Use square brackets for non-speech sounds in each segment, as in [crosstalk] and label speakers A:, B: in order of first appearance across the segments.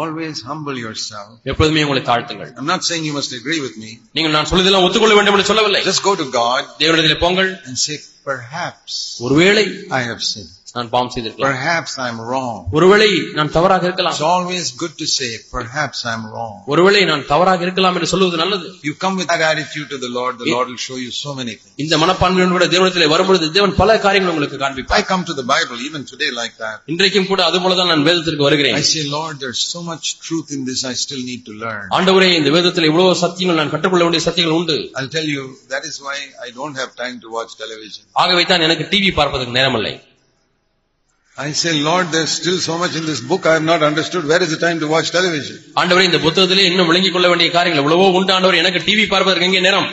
A: Always humble yourself.
B: எப்பொழுதுமே உங்களை தாழ்த்துங்கள்
A: I'm not saying you must agree with me.
B: நீங்கள் நான் சொல்வதெல்லாம் ஒத்துக்கொள்ள வேண்டும் என்று சொல்லவில்லை
A: Just go to God
B: தேவனிடத்தில் போங்கள்
A: and say, perhaps
B: ஒருவேளை
A: I have sinned.
B: நான் பாவம் செய்திருக்கலாம்
A: Perhaps I'm wrong.
B: ஒருவேளை நான் தவறாக இருக்கலாம்
A: It's always good to say, perhaps I'm wrong.
B: ஒருவேளை நான் தவறாக இருக்கலாம் என்று சொல்வது நல்லது
A: You come with that attitude to the Lord, the Lord will show you so many things.
B: இந்த மனப்பான்மையோடு கூட தேவனிடத்தில் வரும்பொழுது தேவன் பல காரியங்களை உங்களுக்கு
A: I
B: காண்பிப்பார்
A: come to the Bible even today like that.
B: இன்றைக்கும் கூட அது போலதான் நான் வேதத்திற்கு வருகிறேன்
A: I say, Lord, there's so much truth in this I still need to learn.
B: ஆண்டவரே இந்த வேதத்தில் இவ்வளவு சத்தியங்கள் நான் கற்றுக்கொள்ள வேண்டிய சத்தியங்கள் உண்டு
A: I'll tell you, that is why I don't have time to watch television.
B: ஆகவே தான் எனக்கு டிவி பார்ப்பதற்கு நேரமில்லை
A: I say, Lord, there's still so much in this book I have not understood. Where is the time to watch television?
B: ஆண்டவரே இந்த புத்தகத்திலே இன்னும் விளங்கிக் கொள்ள வேண்டிய காரியங்கள் எவ்வளவோ உண்டு ஆண்டவரே எனக்கு டிவி பார்ப்பதற்கு எங்கே நேரம்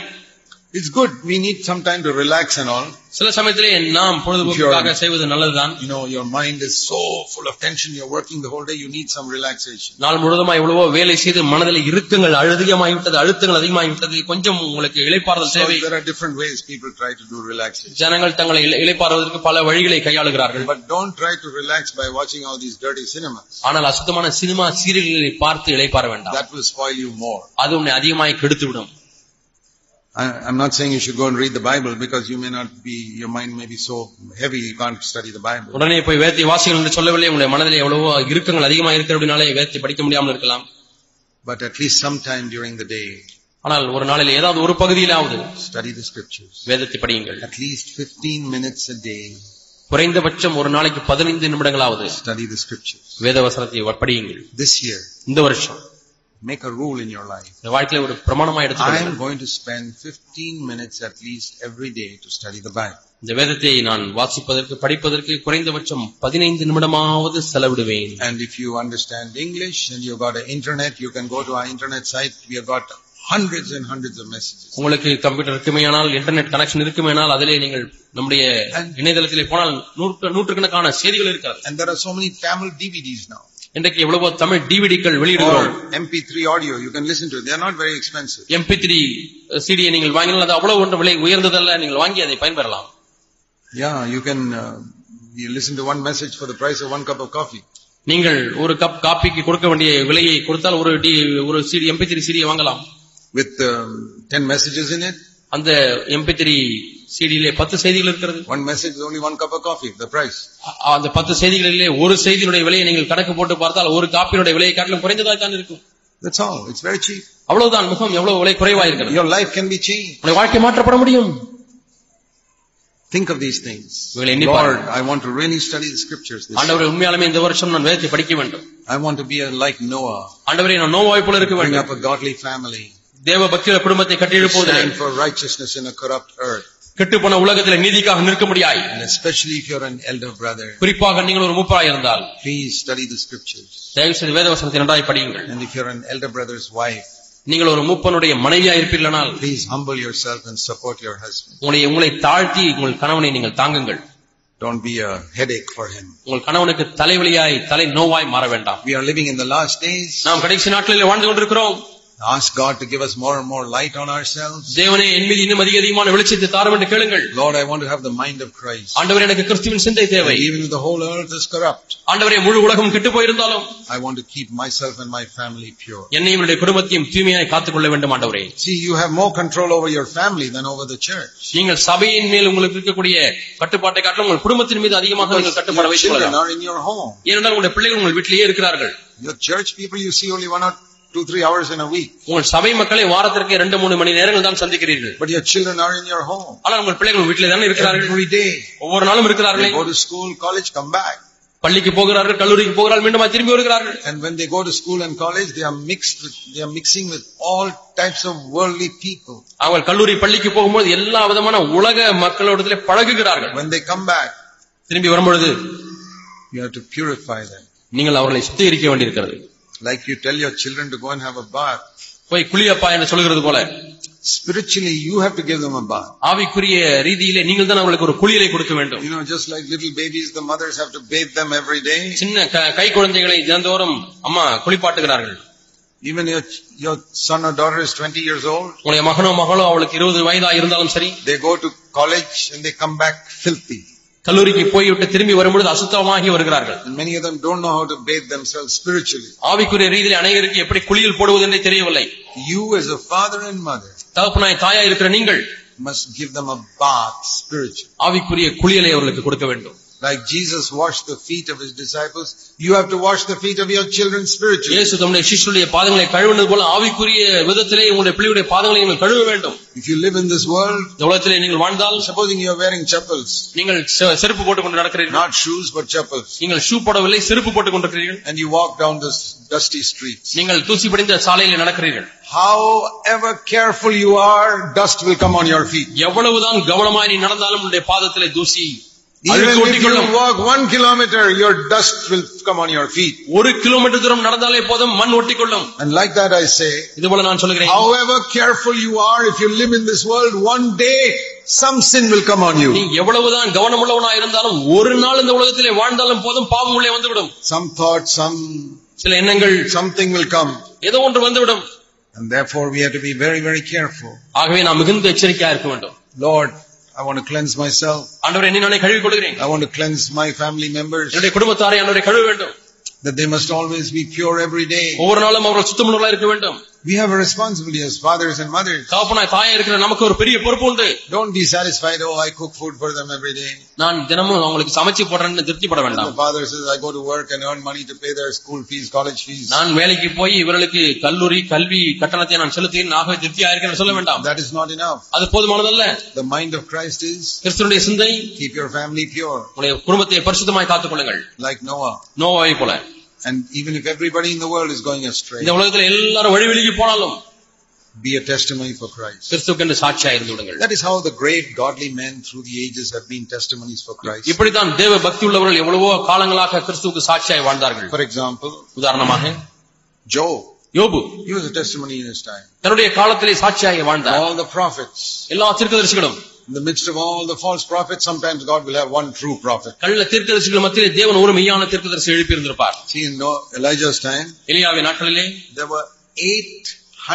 A: It's good. We need some time to relax and all.
B: சில சமயத்திலே நாம் பொழுதுபோக்காக செய்வது நல்லதுதான்
A: You know, your mind is so full of tension. You're working the whole day. You need some relaxation.
B: நாள் முழுதுமா எவ்வளவோ வேலை செய்து மனதில் இறுக்கங்கள் அதிகமாகிவிட்டது அழுத்தங்கள் அதிகமாகிவிட்டது கொஞ்சம் உங்களுக்கு இளைப்பாறுதல்
A: So
B: தேவை
A: there are different ways people try to do relaxation.
B: ஜனங்கள் தங்களை இளை- இளைப்பாறுவதற்கு பல வழிகளை கையாளுகிறார்கள்
A: But don't try to relax by watching all these dirty cinemas.
B: ஆனால் அசுத்தமான சினிமா சீரியல்களை பார்த்து இளைப்பாற வேண்டாம்
A: That will spoil you more.
B: அது உன்னை அதிகமாய் கெடுத்துவிடும்
A: I, I'm not saying you should go and read the Bible because you may not be, your mind may be so heavy you can't study the Bible.
B: உடனே போய் வேதத்தை வாசிகள் என்று சொல்லவில்லை உங்களுடைய மனதில் எவ்வளவோ இறுக்கங்கள் அதிகமா இருக்கிறபடினாலே வேதத்தை படிக்க முடியாமல் இருக்கலாம்
A: But at least sometime during the day,
B: ஆனால் ஒரு நாளில் ஏதாவது ஒரு பகுதியிலாவது
A: study the scriptures.
B: வேதத்தை படியுங்கள்
A: At least 15 minutes a day,
B: குறைந்தபட்சம் ஒரு நாளைக்கு பதினைந்து நிமிடங்களாவது
A: study the scriptures.
B: வேத வசனத்தை படியுங்கள்
A: This year,
B: இந்த வருஷம்
A: make a rule in your life.
B: இந்த வாழ்க்கையில ஒரு பிரமாணமா
A: I
B: எடுத்து
A: am going to spend 15 minutes at least every day to study the Bible.
B: இந்த வேதத்தை நான் வாசிப்பதற்கு படிப்பதற்கு குறைந்தபட்சம் பதினைந்து நிமிடமாவது செலவிடுவேன்
A: And if you understand English and you've got an internet, you can go to our internet site. We have got hundreds and hundreds of messages.
B: உங்களுக்கு computer இருக்குமேயானால் இன்டர்நெட் கனெக்ஷன் இருக்குமேயானால் அதிலே நீங்கள் நம்முடைய இணையதளத்திலே போனால் நூற்று நூற்றுக்கணக்கான செய்திகள் இருக்கிறது
A: And there are so many Tamil DVDs now.
B: இன்றைக்கு எவ்வளவோ தமிழ் டிவிடிக்கள் வெளியிடுகிறோம்
A: Or MP3 audio, you can listen to it. They are not very expensive.
B: MP three சிடியை நீங்கள் வாங்கினால் அது அவ்வளவு ஒன்று விலை உயர்ந்ததல்ல நீங்கள் வாங்கி அதை பயன்பெறலாம்
A: Yeah, you can, uh, you listen to one message for the price of one cup of coffee.
B: நீங்கள் ஒரு கப் காப்பிக்கு கொடுக்க வேண்டிய விலையை கொடுத்தால் ஒரு டி ஒரு சிடி எம்பி த்ரீ சிடியை வாங்கலாம்
A: With um, 10 messages in it,
B: அந்த எம்பி த்ரீ சிடியிலே பத்து செய்திகள் இருக்கிறது
A: one message is only one cup of coffee, the price.
B: அ- அந்த பத்து செய்திகளிலே ஒரு செய்தியினுடைய விலையை நீங்கள் கணக்கு போட்டு பார்த்தால் ஒரு காப்பியினுடைய விலையை காட்டிலும் குறைந்ததாக தான் இருக்கும்
A: That's all. It's very cheap.
B: அவ்வளவுதான் முகம் எவ்வளவு விலை குறைவா இருக்கிறது
A: Your life can be changed.
B: உங்களுடைய வாழ்க்கை மாற்றப்பட முடியும்
A: Think of these things.
B: இவைகளை எண்ணி
A: Lord,
B: பாருங்கள்.
A: I want to really study the scriptures this year.
B: ஆண்டவரே உண்மையாலுமே இந்த வருஷம் நான் வேதத்தை படிக்க வேண்டும்
A: I want to be a, like Noah.
B: ஆண்டவரே நான் நோவாய் போல இருக்க
A: Bring
B: வேண்டும்
A: up a godly family.
B: தேவ பக்தியில குடும்பத்தை
A: Stand
B: கட்டியெழுப்புவது
A: for righteousness in a corrupt earth.
B: கெட்டுப்போன உலகத்திலே நீதிக்காக நிற்க முடியாய்
A: And especially if you're an elder brother,
B: குறிப்பாக நீங்கள் ஒரு மூப்பராய் இருந்தால்
A: please study the scriptures.
B: தயவு செய்து வேத வசனத்தை நன்றாய் படியுங்கள்
A: And if you're an elder brother's wife,
B: நீங்கள் ஒரு மூப்பனுடைய மனைவியா இருப்பீர்களானால்
A: please humble yourself and support your husband.
B: உங்களை உங்களை தாழ்த்தி உங்கள் கணவனை நீங்கள் தாங்குங்கள்
A: Don't be a headache for him.
B: உங்கள் கணவனுக்கு தலைவலியாய் தலை நோவாய் மாற வேண்டாம்
A: We are living in the last days.
B: நாம் கடைசி நாட்களில் வாழ்ந்து கொண்டிருக்கிறோம்
A: Ask God to give us more and more light on ourselves.
B: தேவனே என் மீது இன்னும் அதிக அதிகமான வெளிச்சத்தை தாரும் என்று கேளுங்கள்
A: Lord, I want to have the mind of Christ.
B: ஆண்டவரே எனக்கு கிறிஸ்துவின் சிந்தை தேவை
A: And even if the whole earth is corrupt,
B: ஆண்டவரே முழு உலகம் கெட்டு போயிருந்தாலும்
A: I want to keep myself and my family pure.
B: என்னையும் என்னுடைய குடும்பத்தையும் தூய்மையாய் காத்துக்கொள்ள வேண்டும் ஆண்டவரே
A: See, you have more control over your family than over the church.
B: நீங்கள் சபையின் மேல் உங்களுக்கு இருக்கக்கூடிய கட்டுப்பாட்டை காட்டிலும் உங்கள் குடும்பத்தின் மீது அதிகமாக நீங்கள் கட்டுப்பாடு
A: Your
B: வைத்துக்
A: children
B: கொள்ளலாம்
A: are in your home.
B: ஏனென்றால் உங்களுடைய பிள்ளைகள் உங்கள் வீட்டிலேயே இருக்கிறார்கள்
A: Your church people you see only one or two, three hours in a week.
B: உங்கள் சபை மக்களை வாரத்திற்கு இரண்டு மூணு மணி நேரங்கள் தான் சந்திக்கிறீர்கள்
A: But your children are in your home.
B: ஆனால் உங்கள் பிள்ளைகள் உங்கள் வீட்டிலே தானே இருக்கிறார்கள்
A: Every day.
B: ஒவ்வொரு நாளும்
A: They
B: இருக்கிறார்களே
A: go to school, college, come back.
B: பள்ளிக்கு போகிறார்கள் கல்லூரிக்கு போகிறார்கள் மீண்டும் திரும்பி வருகிறார்கள்
A: And when they go to school and college, they are mixed with, they are mixing with all types of worldly people.
B: அவர்கள் கல்லூரி பள்ளிக்கு போகும்போது எல்லா விதமான உலக மக்களோடத்திலே பழகுகிறார்கள்
A: When they come back,
B: திரும்பி வரும்பொழுது
A: you have to purify them.
B: நீங்கள் அவர்களை சுத்திகரிக்க வேண்டியிருக்கிறது
A: Like you tell your children to go and have a bath.
B: போய் குளியப்பா என்று சொல்கிறது போல
A: Spiritually, you have to give them a bath.
B: ஆவிக்குரிய ரீதியிலே நீங்கள் தான் அவர்களுக்கு ஒரு குளியலை கொடுக்க வேண்டும்
A: You know, just like little babies, the mothers have to bathe them every day.
B: சின்ன க- கை குழந்தைகளை தினந்தோறும் அம்மா குளிப்பாட்டுகிறார்கள்
A: Even your, your son or daughter is 20 years old,
B: உங்களுடைய மகனோ மகளோ அவளுக்கு இருபது வயதா இருந்தாலும் சரி
A: they go to college and they come back filthy.
B: கல்லூரிக்கு போய்விட்டு திரும்பி வரும்பொழுது அசுத்தமாகி வருகிறார்கள்
A: And many of them don't know how to bathe themselves spiritually.
B: ஆவிக்குரிய ரீதியில் அநேகருக்கு எப்படி குளியல் போடுவது என்றே தெரியவில்லை
A: You as a father and mother
B: தகப்பனாய் தாயா இருக்கிற நீங்கள்
A: must give them a bath spiritually.
B: ஆவிக்குரிய குளியலை அவர்களுக்கு கொடுக்க வேண்டும்
A: Like Jesus washed the feet of his disciples, you have to wash the feet of your children spiritually.
B: இயேசு தம்முடைய சிஷ்யருடைய பாதங்களை கழுவினது போல ஆவிக்குரிய விதத்திலே உங்களுடைய பிள்ளையுடைய பாதங்களை நீங்கள் கழுவ வேண்டும்
A: If you live in this world,
B: இந்த உலகத்திலே நீங்கள் வாழ்ந்தால்
A: supposing you are wearing chappals,
B: நீங்கள் செ- செருப்பு போட்டுக்கொண்டு நடக்கிறீர்கள்
A: not shoes but chappals,
B: நீங்கள் ஷூ போடவில்லை செருப்பு போட்டுக் கொண்டிருக்கிறீர்கள்
A: and you walk down this dusty street,
B: நீங்கள் தூசி படிந்த சாலையிலே நடக்கிறீர்கள்
A: however careful you are, dust will come on your feet.
B: எவ்வளவுதான் கவனமாய் நீ நடந்தாலும் உன்னுடைய பாதத்திலே தூசி
A: Even
B: அழுக்கு
A: if
B: ஒட்டிக்கொள்ளும்
A: you walk one kilometer, your dust will come on your feet.
B: ஒரு கிலோமீட்டர் தூரம் நடந்தாலே போதும் மண் ஒட்டிக்கொள்ளும்
A: And like that I say,
B: இது போல நான் சொல்கிறேன்
A: however careful you are, if you live in this world, one day some sin will come on
B: நீ
A: you.
B: எவ்வளவுதான் கவனமுள்ளவனா இருந்தாலும் ஒரு நாள் இந்த உலகத்திலே வாழ்ந்தாலும் போதும் பாவம் உள்ளே வந்துவிடும்
A: Some thought, some,
B: சில எண்ணங்கள்
A: something will come.
B: ஏதோ ஒன்று வந்துவிடும்
A: And therefore we have to be very, very careful.
B: ஆகவே நான் மிகுந்த எச்சரிக்கையா இருக்க வேண்டும்
A: Lord, I want to cleanse myself.
B: ஆண்டவரை என்னை நானே கழுவி கொள்கிறேன்
A: I want to cleanse my family members.
B: என்னுடைய குடும்பத்தாரை ஆண்டவரை கழுவ வேண்டும்
A: That they must always be pure every day.
B: ஒவ்வொரு நாளும் அவர்கள் சுத்தமுள்ளவர்களா இருக்க வேண்டும்
A: We have a responsibility as fathers and mothers.
B: காப்பனாய் தாயா இருக்கிற நமக்கு ஒரு பெரிய பொறுப்பு உண்டு
A: Don't be satisfied, oh, I cook food for them every day.
B: நான் தினமும் அவங்களுக்கு சமைச்சு போடுறேன்னு திருப்திப்பட
A: And the
B: வேண்டாம்
A: father says, I go to work and earn money to pay their school fees, college fees.
B: நான் வேலைக்கு போய் இவர்களுக்கு கல்லூரி கல்வி கட்டணத்தை நான் செலுத்துகிறேன் ஆகவே திருப்தியா இருக்கிறேன்னு சொல்ல வேண்டாம்
A: That is not enough.
B: அது போதுமானதல்ல
A: The mind of Christ is,
B: கிறிஸ்துவனுடைய சிந்தை
A: keep your family pure,
B: உங்களுடைய குடும்பத்தை பரிசுத்தமாய் காத்துக் கொள்ளுங்கள்
A: like Noah.
B: நோவாவை போல
A: And even if everybody in the world is going astray,
B: இந்த உலகத்துல எல்லாரும் வழி விலகி போனாலும்
A: be a testimony for Christ.
B: கிறிஸ்துக்கென்று சாட்சியா இருந்து விடுங்கள்
A: That is how the great godly men through the ages have been testimonies for Christ.
B: இப்படித்தான் தேவ பக்தி உள்ளவர்கள் எவ்வளவோ காலங்களாக கிறிஸ்துவுக்கு சாட்சியாய் வாழ்ந்தார்கள்
A: For example,
B: உதாரணமாக
A: Job.
B: யோபு
A: He was a testimony in his time.
B: தன்னுடைய காலத்திலே சாட்சியாய் வாழ்ந்தார்
A: All the prophets.
B: எல்லா தீர்க்கதரிசிகளும்
A: In the midst of all the false prophets, sometimes God will have one true prophet.
B: கள்ள தீர்க்கதரிசிகள் மத்தியிலே தேவன் ஒரு மெய்யான தீர்க்கதரிசி எழுப்பியிருந்திருப்பார்
A: See, in No- Elijah's time,
B: எலியாவின் நாட்களிலே
A: there were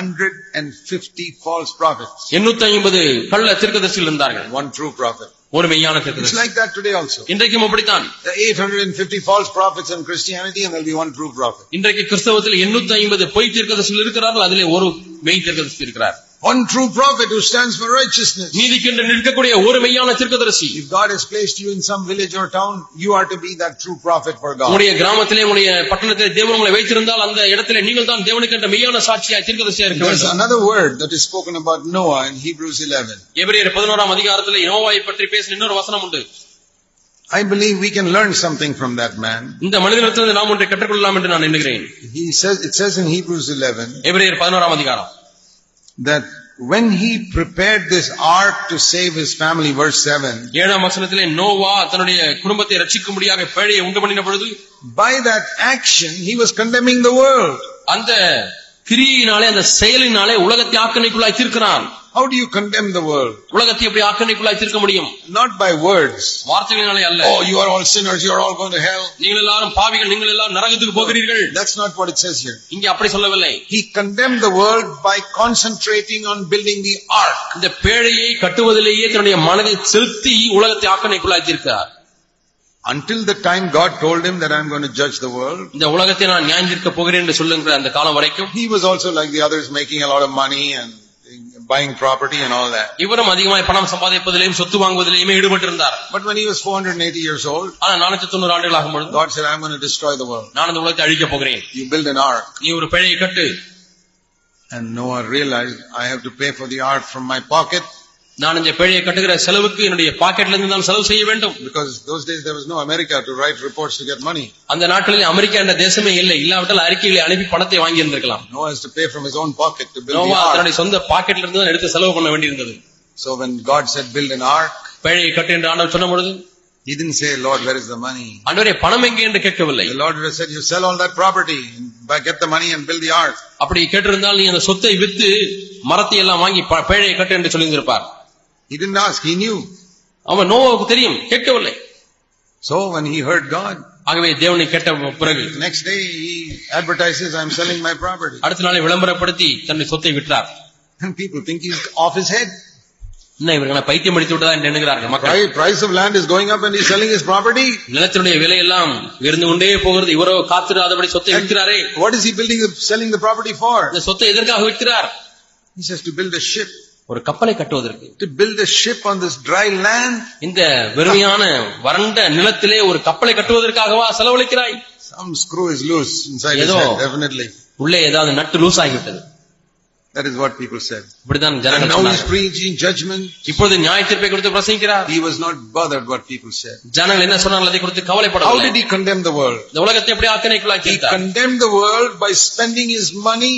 A: 850 false prophets.
B: எண்ணூத்தி ஐம்பது கள்ள தீர்க்கதரிசிகள் இருந்தார்கள்
A: One true prophet.
B: ஒரு மெய்யான
A: It's
B: தீர்க்கதரிசி
A: like that today also.
B: இன்றைக்கும் அப்படித்தான்
A: There are 850 false prophets in Christianity and there'll be one true prophet.
B: இன்றைக்கு கிறிஸ்தவத்தில் எண்ணூத்தி ஐம்பது பொய் தீர்க்கதரிசிகள் இருக்கிறார்கள் அதிலே ஒரு மெய் தீர்க்கதரிசி இருக்கிறார்
A: One true prophet who stands for righteousness.
B: நீதிக்கென்று நிற்கக்கூடிய ஒரு மெய்யான தீர்க்கதரிசி
A: If God has placed you in some village or town, you are to be that true prophet for God.
B: உங்களுடைய கிராமத்திலே உங்களுடைய பட்டணத்திலே தேவன் உங்களை வைத்திருந்தால் அந்த இடத்திலே நீங்கள் தான் தேவனுக்கு என்ற மெய்யான சாட்சியாய் தீர்க்கதரிசியா இருக்க
A: There's
B: வேண்டும்
A: another word that is spoken about Noah in Hebrews 11.
B: எபிரேயர் பதினோராம் அதிகாரத்திலே யோவாவை பற்றி பேசின இன்னொரு வசனம் உண்டு
A: I believe we can learn something from that man.
B: இந்த மனிதனிடத்திலிருந்து நாம் ஒன்றை கற்றுக்கொள்ளலாம் என்று நான் எண்ணுகிறேன்
A: He says, it says in Hebrews 11
B: எபிரேயர் பதினோராம் அதிகாரம்
A: that when he prepared this ark to save his family, verse 7,
B: ஏழாம் வசனத்திலே நோவா தன்னுடைய குடும்பத்தை ரட்சிக்கும்படியாக பேழையை உண்டு பண்ணின பொழுது
A: by that action, he was condemning the world.
B: அந்த கிரியினாலே அந்த செயலினாலே உலகத்தை ஆக்கணைக்குள்ளாய் தீர்க்கிறான்
A: How do you condemn the world?
B: உலகத்தை எப்படி ஆக்கணைக்குள்ளாய் தீர்க்க முடியும்
A: Not by words.
B: வார்த்தைகளினாலே அல்ல
A: Oh, you are all sinners, you are all going to hell.
B: நீங்கள் எல்லாரும் பாவிகள் நீங்கள் எல்லாரும் நரகத்துக்கு போகிறீர்கள்
A: That's not what it says here.
B: இங்கே அப்படி சொல்லவில்லை
A: He condemned the world by concentrating on building the ark.
B: இந்த பேழையை கட்டுவதிலேயே தன்னுடைய மனதை செலுத்தி உலகத்தை ஆக்கணைக்குள்ளாய் தீர்க்கிறார்
A: Until the time God told him that I'm going to judge the world,
B: இந்த உலகத்தை நான் நியாயம் தீர்க்க போகிறேன் என்று சொல்லுங்கிற அந்த காலம் வரைக்கும்
A: he was also like the others making a lot of money and buying property and all that.
B: இவரும் அதிகமாய் பணம் சம்பாதிப்பதிலேயும் சொத்து வாங்குவதிலேயுமே ஈடுபட்டிருந்தார்
A: But when he was 480 years old,
B: ஆனா நானூத்தி தொண்ணூறு ஆண்டுகள் ஆகும் பொழுது
A: God said, I'm going to destroy the world.
B: நான் இந்த உலகத்தை அழிக்கப் போகிறேன்
A: You build an ark.
B: நீ ஒரு பிழையை கட்டு
A: And Noah realized, I have to pay for the ark from my pocket
B: நான் இந்த பிழையை கட்டுகிற செலவுக்கு என்னுடைய பாக்கெட்ல இருந்து நான் செலவு செய்ய வேண்டும்
A: Because those days there was no America to write reports to get money.
B: அந்த நாட்களில் அமெரிக்கா என்ற தேசமே இல்லை இல்லாவிட்டால் அறிக்கைகளை அனுப்பி பணத்தை வாங்கி இருந்திருக்கலாம்
A: Noah has to pay from his own pocket to build
B: Noah
A: the ark.
B: தன்னுடைய சொந்த பாக்கெட்ல இருந்து தான் எடுத்து செலவு பண்ண வேண்டியிருந்தது
A: So when God said build an ark,
B: பிழையை கட்டு என்று ஆண்டவர் சொன்ன பொழுது
A: he didn't say, Lord, where is the money?
B: ஆண்டவரே பணம் எங்கே என்று கேட்கவில்லை
A: The Lord would have said, you sell all that property, and buy- get the money and build the ark.
B: அப்படி கேட்டிருந்தால் நீ அந்த சொத்தை வித்து மரத்தை எல்லாம் வாங்கி ப- பேழையை கட்டு என்று சொல்லியிருந்திருப்பார்
A: He didn't ask, he knew.
B: அவன் நோவாவுக்கு தெரியும் கேட்கவில்லை
A: So when he heard God,
B: ஆகவே தேவனை கேட்ட பிறகு
A: the next day he advertises, I'm selling my property. [laughs]
B: அடுத்த நாளை விளம்பரப்படுத்தி தன்னுடைய சொத்தை விற்றார்
A: And people think he's off his head.
B: என்ன இவர்கள் பைத்தியம் அடித்து விட்டதா என்று எண்ணுகிறார்கள் மக்கள்
A: Price, price of land is going up and he's selling his property.
B: நிலத்தினுடைய விலை எல்லாம் உயர்ந்து கொண்டே போகிறது இவரோ காத்திராதபடி சொத்தை விற்கிறாரே
A: What is he building, the- selling the property for?
B: இந்த சொத்தை எதற்காக விற்கிறார்
A: He says to build a ship.
B: ஒரு கப்பலை கட்டுவதற்கு
A: To build a ship on this dry land.
B: இந்த வெறுமையான வறண்ட நிலத்திலே ஒரு கப்பலை கட்டுவதற்காகவா செலவழிக்கிறாய்
A: Some screw is loose inside his
B: ஏதோ.
A: head, definitely.
B: உள்ளே ஏதாவது நட்டு லூஸ் ஆகிவிட்டது
A: That is what people said.
B: இப்படித்தான்
A: And
B: ஜனங்கள்
A: now he's
B: சொன்னார்கள்.
A: preaching judgment.
B: இப்பொழுது நியாய தீர்ப்பை கொடுத்து பிரசங்கிக்கிறார்
A: He was not bothered what people said.
B: ஜனங்கள் என்ன சொன்னார்கள் அதை கொடுத்து
A: How did
B: கவலைப்படவில்லை
A: he condemn the world?
B: இந்த உலகத்தை எப்படி ஆக்கினைக்குள்ளாக்கி
A: He condemned the world by spending his money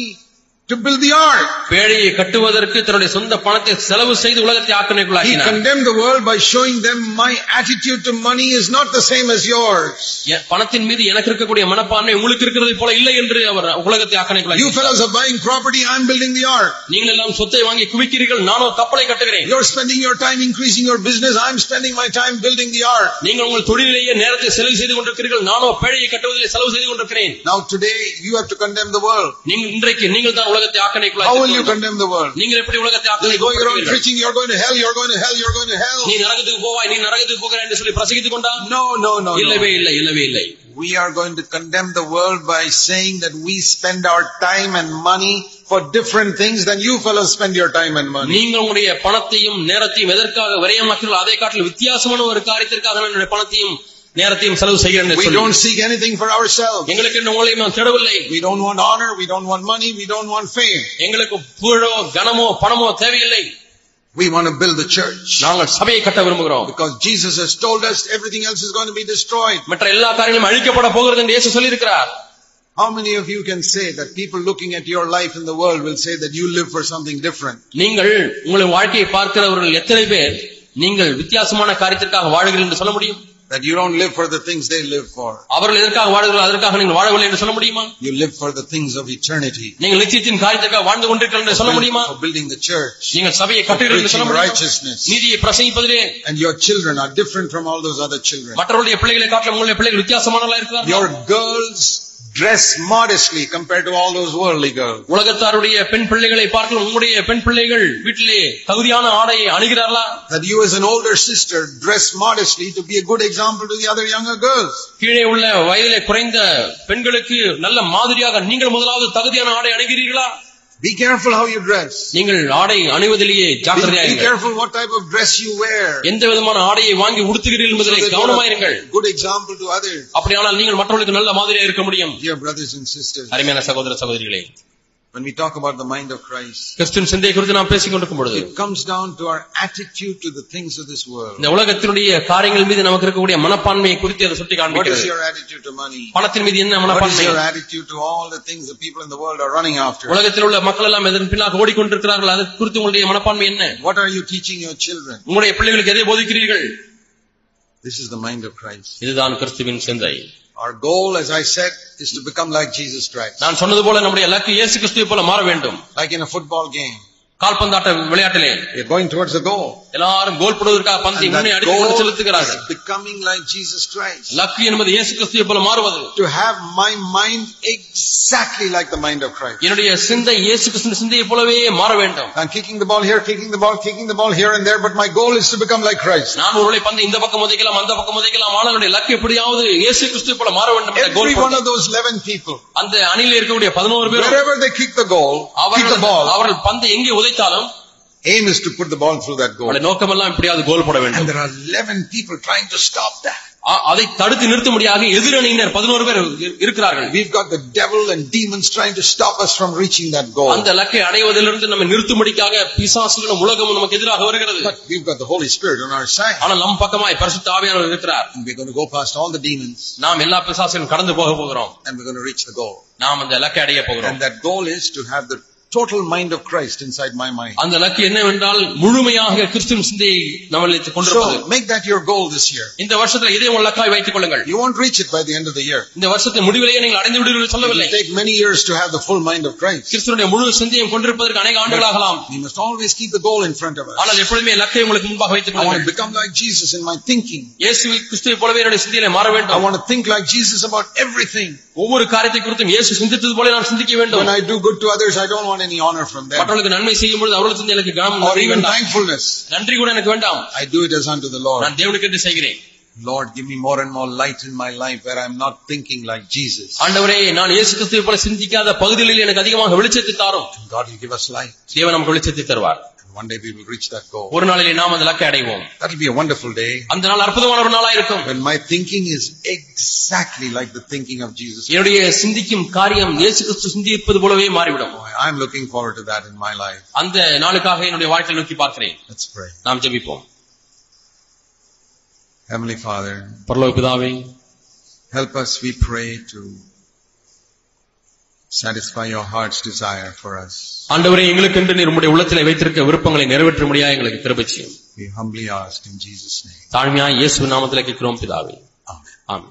A: to build the ark.
B: பேழையை கட்டுவதற்கு தன்னுடைய சொந்த பணத்தை செலவு செய்து உலகத்தை
A: He
B: ஆக்கினைக்குள்ளாக்கினார்
A: condemned the world by showing them my attitude to money is not the same as yours.
B: எ- பணத்தின் மீது எனக்கு இருக்கக்கூடிய மனப்பான்மை உங்களுக்கு இருக்கிறது போல இல்லை என்று அவர் உலகத்தை
A: You
B: ஆக்கினைக்குள்ளாக்கி
A: fellows are buying property, I'm building the ark.
B: நீங்கள் எல்லாம் சொத்தை வாங்கி குவிக்கிறீர்கள் நானோ கப்பலை கட்டுகிறேன்
A: You're spending your time increasing your business, I'm spending my time building the ark.
B: நீங்கள் உங்கள் தொழிலிலேயே நேரத்தை செலவு செய்து கொண்டிருக்கிறீர்கள் நானோ பேழையை கட்டுவதிலே செலவு செய்து கொண்டிருக்கிறேன்
A: Now today, you have to condemn the world.
B: நீங்கள் இன்றைக்கு நீங்கள் தான் உலகத்தை
A: How will you
B: ஆக்கணைக்குள்ளாய்
A: condemn the world?
B: நீங்கள் எப்படி உலகத்தை
A: You'll go your own
B: ஆக்கணைக்கு
A: preaching, you're going to hell, you're going to hell, you're going to
B: நீ
A: hell.
B: நரகத்துக்கு போவாய் நீ நரகத்துக்கு போகிறாய் என்று சொல்லி பிரசங்கித்துக் கொண்டா
A: No, no, no, no.
B: இல்லவே இல்லை இல்லவே இல்லை
A: We are going to condemn the world by saying that we spend our time and money for different things than you fellows spend your time and money.
B: நீங்கள் உங்களுடைய பணத்தையும் நேரத்தையும் எதற்காக விரயமாக்கிறீர்கள் அதை காட்டிலும் வித்தியாசமான ஒரு காரியத்திற்காக நான் என்னுடைய பணத்தையும் நேரத்தையும் செலவு செய்கிறேன் என்று
A: We
B: சொல்லி.
A: don't seek anything for ourselves.
B: எங்களுக்கு என்ன உங்களையும் நான் தேடவில்லை
A: We don't want honor, we don't want money, we don't want fame.
B: எங்களுக்கு புகழோ கனமோ பணமோ தேவையில்லை
A: We want to build the church.
B: நாங்கள் சபையை கட்ட விரும்புகிறோம்
A: Because Jesus has told us everything else is going to be destroyed.
B: மற்ற எல்லா காரியங்களும் அழிக்கப்பட போகிறது என்று இயேசு சொல்லியிருக்கிறார்
A: How many of you can say that people looking at your life in the world will say that you live for something different?
B: நீங்கள் உங்களுடைய வாழ்க்கையை பார்க்கிறவர்கள் எத்தனை பேர் நீங்கள் வித்தியாசமான காரியத்திற்காக வாழுகிறீர்கள் என்று சொல்ல முடியும்
A: That you don't live for the things they live for.
B: அவர்கள் எதற்காக வாழுகிறார்கள் அதற்காக நீங்கள் வாழவில்லை என்று சொல்ல முடியுமா
A: You live for the things of eternity.
B: நீங்கள் நிச்சயத்தின் காரியத்திற்காக வாழ்ந்து கொண்டிருக்கிறீர்கள் என்று சொல்ல முடியுமா
A: For building the church.
B: நீங்கள் சபையை
A: For
B: கட்டுகிறீர்கள் என்று
A: preaching
B: சொல்ல முடியுமா
A: righteousness.
B: நீதியை பிரசங்கிப்பதிலே
A: And your children are different from all those other children.
B: மற்றவருடைய பிள்ளைகளை காட்டிலும் உங்களுடைய பிள்ளைகள் வித்தியாசமானவர்களா இருக்கிறார்
A: Your girls dress modestly compared to all those worldly girls.
B: உலகத்தாருடைய பெண் பிள்ளைகளை பார்க்கலாம் உங்களுடைய பெண் பிள்ளைகள் வீட்டிலே தகுதியான ஆடையை அணுகிறார்களா
A: That you as an older sister dress modestly to be a good example to the other younger girls.
B: கீழே உள்ள வயதிலே குறைந்த பெண்களுக்கு நல்ல மாதிரியாக நீங்கள் முதலாவது தகுதியான ஆடை அணுகிறீர்களா
A: Be careful how you dress.
B: நீங்கள் ஆடை அணிவதிலேயே
A: Be,
B: ஜாக்கிரதையா
A: be
B: இருங்கள்.
A: careful what type of dress you wear.
B: எந்த விதமான ஆடையை வாங்கி உடுத்துகிறீர்கள்
A: So
B: என்பதிலே
A: that
B: கவனமா
A: you're
B: இருங்கள்
A: a good example to others.
B: அப்படியானால் நீங்கள் மற்றவர்களுக்கு நல்ல மாதிரியா இருக்க முடியும்
A: Dear brothers and sisters,
B: அருமையான சகோதர சகோதரிகளே
A: when we talk about the mind of Christ,
B: கிறிஸ்துவின் சிந்தையை குறித்து நாம் பேசிக் கொண்டிருக்கும் பொழுது
A: it comes down to our attitude to the things of this world.
B: இந்த உலகத்தினுடைய காரியங்கள் மீது நமக்கு இருக்கக்கூடிய மனப்பான்மையை குறித்து அதை சுட்டி
A: What is
B: காண்பிக்கிறது
A: your attitude to money?
B: பணத்தின் மீது என்ன
A: What is
B: மனப்பான்மை
A: your attitude to all the things the people in the world are running after?
B: உலகத்தில் உள்ள மக்கள் எல்லாம் எதன் பின்னாக ஓடிக்கொண்டிருக்கிறார்கள் அது குறித்து உங்களுடைய மனப்பான்மை என்ன
A: What are you teaching your children?
B: உங்களுடைய பிள்ளைகளுக்கு எதை போதிக்கிறீர்கள்
A: This is the mind of Christ.
B: இதுதான் கிறிஸ்துவின் சிந்தை
A: Our goal, as I said, is to become like Jesus Christ.
B: நான் சொன்னது போல நம்முடைய இலக்கு இயேசு கிறிஸ்துவை போல மாற வேண்டும்
A: Like in a football game.
B: கால்பந்தாட்ட விளையாட்டிலே
A: You're going towards the goal.
B: எல்லாரும் கோல் போடுவதற்காக பந்தை
A: And
B: முன்னே
A: that
B: அடித்து கொண்டு
A: goal
B: செலுத்துகிறார்கள்
A: is becoming like Jesus Christ.
B: லக்கு என்பது இயேசு கிறிஸ்துவை போல மாறுவது
A: To have my mind exactly like the mind of Christ.
B: என்னுடைய சிந்தை இயேசு கிறிஸ்துவின் சிந்தையை போலவே மாற வேண்டும்
A: I'm kicking the ball here, kicking the ball, kicking the ball here and there, but my goal is to become like Christ.
B: நான் ஒருவேளை பந்து இந்த பக்கம் உதைக்கலாம் அந்த பக்கம் உதைக்கலாம் ஆனால் என்னுடைய லக்கு எப்படியாவது இயேசு கிறிஸ்துவை போல மாற வேண்டும் என்ற கோல்
A: Every one
B: போட்டேன்.
A: of those 11 people,
B: அந்த அணியில் இருக்கக்கூடிய பதினோரு பேரும்
A: wherever they kick the goal, kick the
B: அவர்கள்
A: ball,
B: அவர்கள் பந்தை எங்கே உதைத்தாலும்
A: aim is to put the ball through that goal.
B: அவருடைய நோக்கமெல்லாம் எப்படியாவது கோல் போட
A: And
B: வேண்டும்
A: there are 11 people trying to stop that.
B: அ- அதை தடுத்து நிறுத்தும்படியாக எதிரணியினர் பதினோரு பேர் இரு- இருக்கிறார்கள்
A: We've got the devil and demons trying to stop us from reaching that goal.
B: அந்த லக்கை அடைவதிலிருந்து நம்மை நிறுத்தும்படிக்காக பிசாசுகளும் உலகமும் நமக்கு எதிராக வருகிறது
A: But we've got the Holy Spirit on our side.
B: ஆனால் நம் பக்கமாய் பரிசுத்த ஆவியானவர் இருக்கிறார்
A: And we're going to go past all the demons
B: நாம் எல்லா பிசாசையும் கடந்து போக போகிறோம்
A: and we're going to reach the goal.
B: நாம் அந்த லக்கை அடைய போகிறோம்
A: And that goal is to have the total mind of Christ inside my mind.
B: அந்த லக்கு என்னவென்றால் முழுமையாக கிறிஸ்துவின் சிந்தையை நம்மளை கொண்டிருப்பது
A: So make that your goal this year.
B: இந்த வருஷத்துல இதே உங்கள் லக்காய் வைத்துக் கொள்ளுங்கள்
A: You won't reach it by the end of the year.
B: இந்த வருஷத்தின் முடிவிலேயே நீங்கள் அடைந்து விடுவீர்கள்
A: It
B: சொல்லவில்லை
A: will take many years to have the full mind of Christ.
B: கிறிஸ்துவனுடைய முழு சிந்தையும் கொண்டிருப்பதற்கு அநேக ஆண்டுகளாகலாம்
A: We must always keep the goal in front of us.
B: ஆனால் எப்பொழுதுமே லக்கை உங்களுக்கு முன்பாக வைத்துக்
A: I want to
B: கொள்ளுங்கள்
A: become like Jesus in my thinking.
B: இயேசு கிறிஸ்துவை போலவே என்னுடைய சிந்தையிலே மாற
A: I
B: வேண்டும்
A: want to think like Jesus about everything.
B: ஒவ்வொரு காரியத்தை குறித்தும் இயேசு சிந்தித்தது போல நான் சிந்திக்க
A: When
B: வேண்டும்
A: I do good to others, I don't want want any honor from them
B: மற்றவர்களுக்கு நன்மை செய்யும் பொழுது அவர்களுக்கு எனக்கு கனம்
A: or
B: நன்றி
A: even
B: வேண்டாம்
A: thankfulness.
B: நன்றி கூட எனக்கு வேண்டாம்
A: I do it as unto the Lord.
B: நான் தேவனுக்கு என்று செய்கிறேன்
A: Lord, give me more and more light in my life where I'm not thinking like Jesus.
B: ஆண்டவரே நான் இயேசு கிறிஸ்துவை போல சிந்திக்காத பகுதிகளில் எனக்கு அதிகமாக வெளிச்சத்தை தாரும்
A: God will give us light.
B: தேவன் நமக்கு வெளிச்சத்தை தருவார்
A: And one day we will reach that goal.
B: ஒரு நாளிலே நாம் அந்த இலக்கை அடைவோம்
A: That'll be a wonderful day
B: அந்த நாள் அற்புதமான ஒரு நாளா இருக்கும்
A: when my thinking is exactly like the thinking of Jesus.
B: என்னுடைய சிந்திக்கும் காரியம் இயேசு கிறிஸ்து சிந்திப்பது போலவே மாறிவிடும்
A: Boy, I'm looking forward to that in my life.
B: அந்த நாளுக்காக என்னுடைய வாழ்க்கையை நோக்கி பார்க்கிறேன்
A: Let's pray.
B: நாம் ஜெபிப்போம்
A: Heavenly Father,
B: பரலோக பிதாவே
A: help us, we pray, to satisfy your heart's desire for us.
B: ஆண்டவரே எங்களுக்கு என்று நம்முடைய உள்ளத்திலே வைத்திருக்க விருப்பங்களை நிறைவேற்ற முடியாது எங்களுக்கு திருப்பச்சியும்
A: We humbly ask in Jesus' name.
B: தாழ்மையா இயேசு நாமத்திலே கேட்கிறோம் பிதாவே
A: Amen.
B: ஆமென்